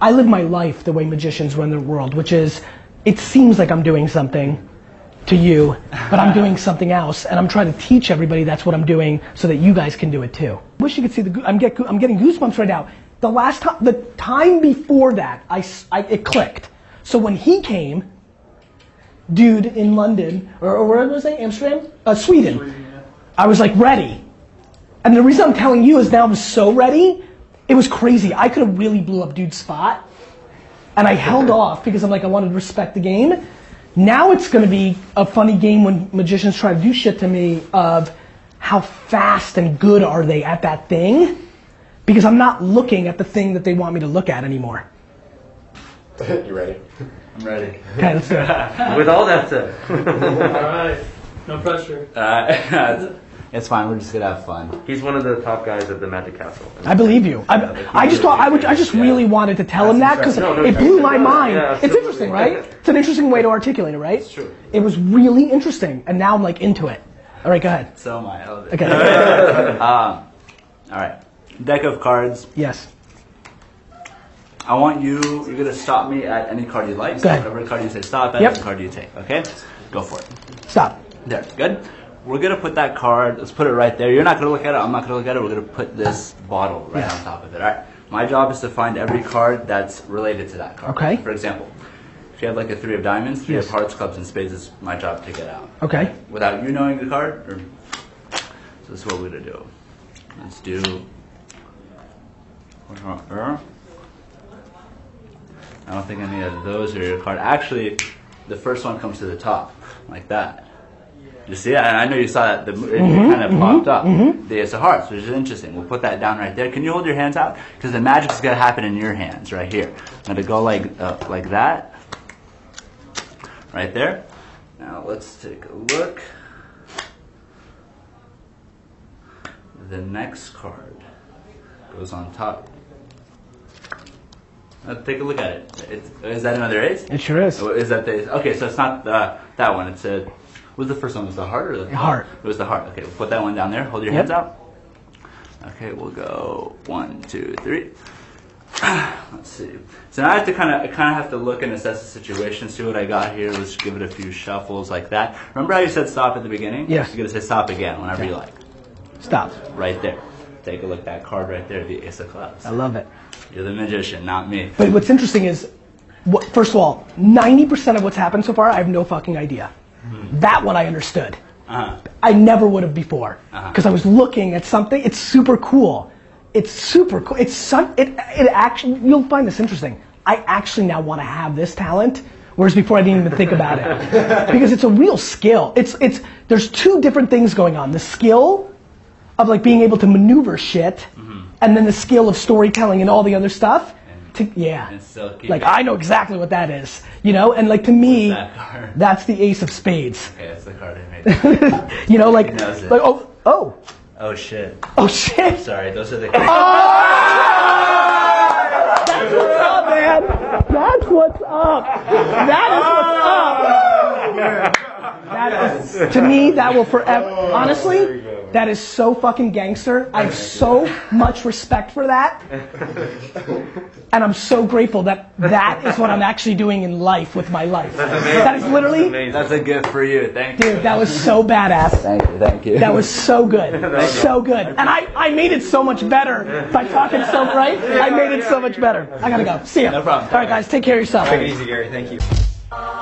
I live my life the way magicians run their world, which is it seems like I'm doing something to you, but I'm doing something else, and I'm trying to teach everybody that's what I'm doing so that you guys can do it too. Wish you could see the. goo- I'm get. I'm getting goosebumps right now. The last time, the time before that, I, s- I- it clicked. So when he came, dude in London or, or where was I? Amsterdam, uh, Sweden. I was like ready, and the reason I'm telling you is now I'm so ready. It was crazy. I could have really blew up dude's spot and I held off because I'm like, I wanted to respect the game. Now it's going to be a funny game when magicians try to do shit to me of how fast and good are they at that thing because I'm not looking at the thing that they want me to look at anymore. you ready? I'm ready. Okay, let's do it. With all that said, Alright, no pressure. Uh, it's fine. We're just gonna have fun. he's one of the top guys at the Magic Castle. I believe you. I, I just thought I would. I just really wanted to tell him that because No, no, it blew my no, no, mind. yeah, it's absolutely. interesting, right? It's an interesting way to articulate it, right? It's true. It was really interesting, and now I'm like into it. All right, go ahead. So am I. I love it. Okay. All right. Deck of cards. yes. I want you. You're gonna stop me at any card you like. Go So ahead. whatever card you say stop at, Yep. is the card you take. Okay. Go for it. Stop. There. Good. We're gonna put that card. Let's put it right there. You're not gonna look at it. I'm not gonna look at it. We're gonna put this bottle right Yes. on top of it. All right. My job is to find every card that's related to that card. Okay. For example, if you have like a three of diamonds, three Yes. of hearts, clubs, and spades, it's my job to get out. Okay. without you knowing the card. Or, so this is what we're gonna do. Let's do. er? I don't think any of those are your card. Actually, the first one comes to the top, like that. You see, I, I know you saw that. The, it kind of popped up. The Ace of Hearts, which is interesting. We'll put that down right there. Can you hold your hands out? Because the magic's gonna happen in your hands right here. I'm gonna go like uh, like that, right there. Now let's take a look. The next card goes on top. Now take a look at it. It's, is that another ace? It sure is. Oh, Is that the okay? So it's not the, that one. It's a. Was the first one? Was the heart or the Heart. It was the heart. Okay, we'll put that one down there. Hold your Yep. hands out. Okay, we'll go one, two, three. Let's see. So now I have to kind of, I kind of have to look and assess the situation, see what I got here. Let's give it a few shuffles like that. Remember how you said stop at the beginning? Yes. You're gonna say stop again whenever you like. Stop. Right there. Take a look at that card right there, the Ace of Clubs. I love it. You're the magician, not me. Oh. But what's interesting is, what, first of all, 90% of what's happened so far, I have no fucking idea. That one I understood. Hmm. Uh-huh. I never would have before. Because I was looking at something, it's super cool. It's super cool. It's so, it, it actually, you'll find this interesting. I actually now want to have this talent, whereas before I didn't even think about it. because it's a real skill. It's, it's, there's two different things going on. The skill of like being able to maneuver shit, and then the skill of storytelling and all the other stuff. To, yeah, Mm-hmm. and still keep like it. I know exactly what that is, you know, and like to me, that card? that's the ace of spades. Okay, that's the card I made. You know, like, knows it. like oh, oh, oh shit. oh shit, Sorry, those are the cards. oh, man, that's what's up. That is what's up. That is, to me, that will forever. there you honestly, go. that is so fucking gangster. I have so much respect for that. And I'm so grateful that that is what I'm actually doing in life with my life. That is literally, Amazing. That's a gift for you. Thank you. dude, that was so badass. Thank you. Thank you. That was so good. so good. And I, I made it so much better by talking so right. I made it so much better. I gotta go. See ya. No problem. All right, guys, take care of yourself. Easy, Gary. Thank you.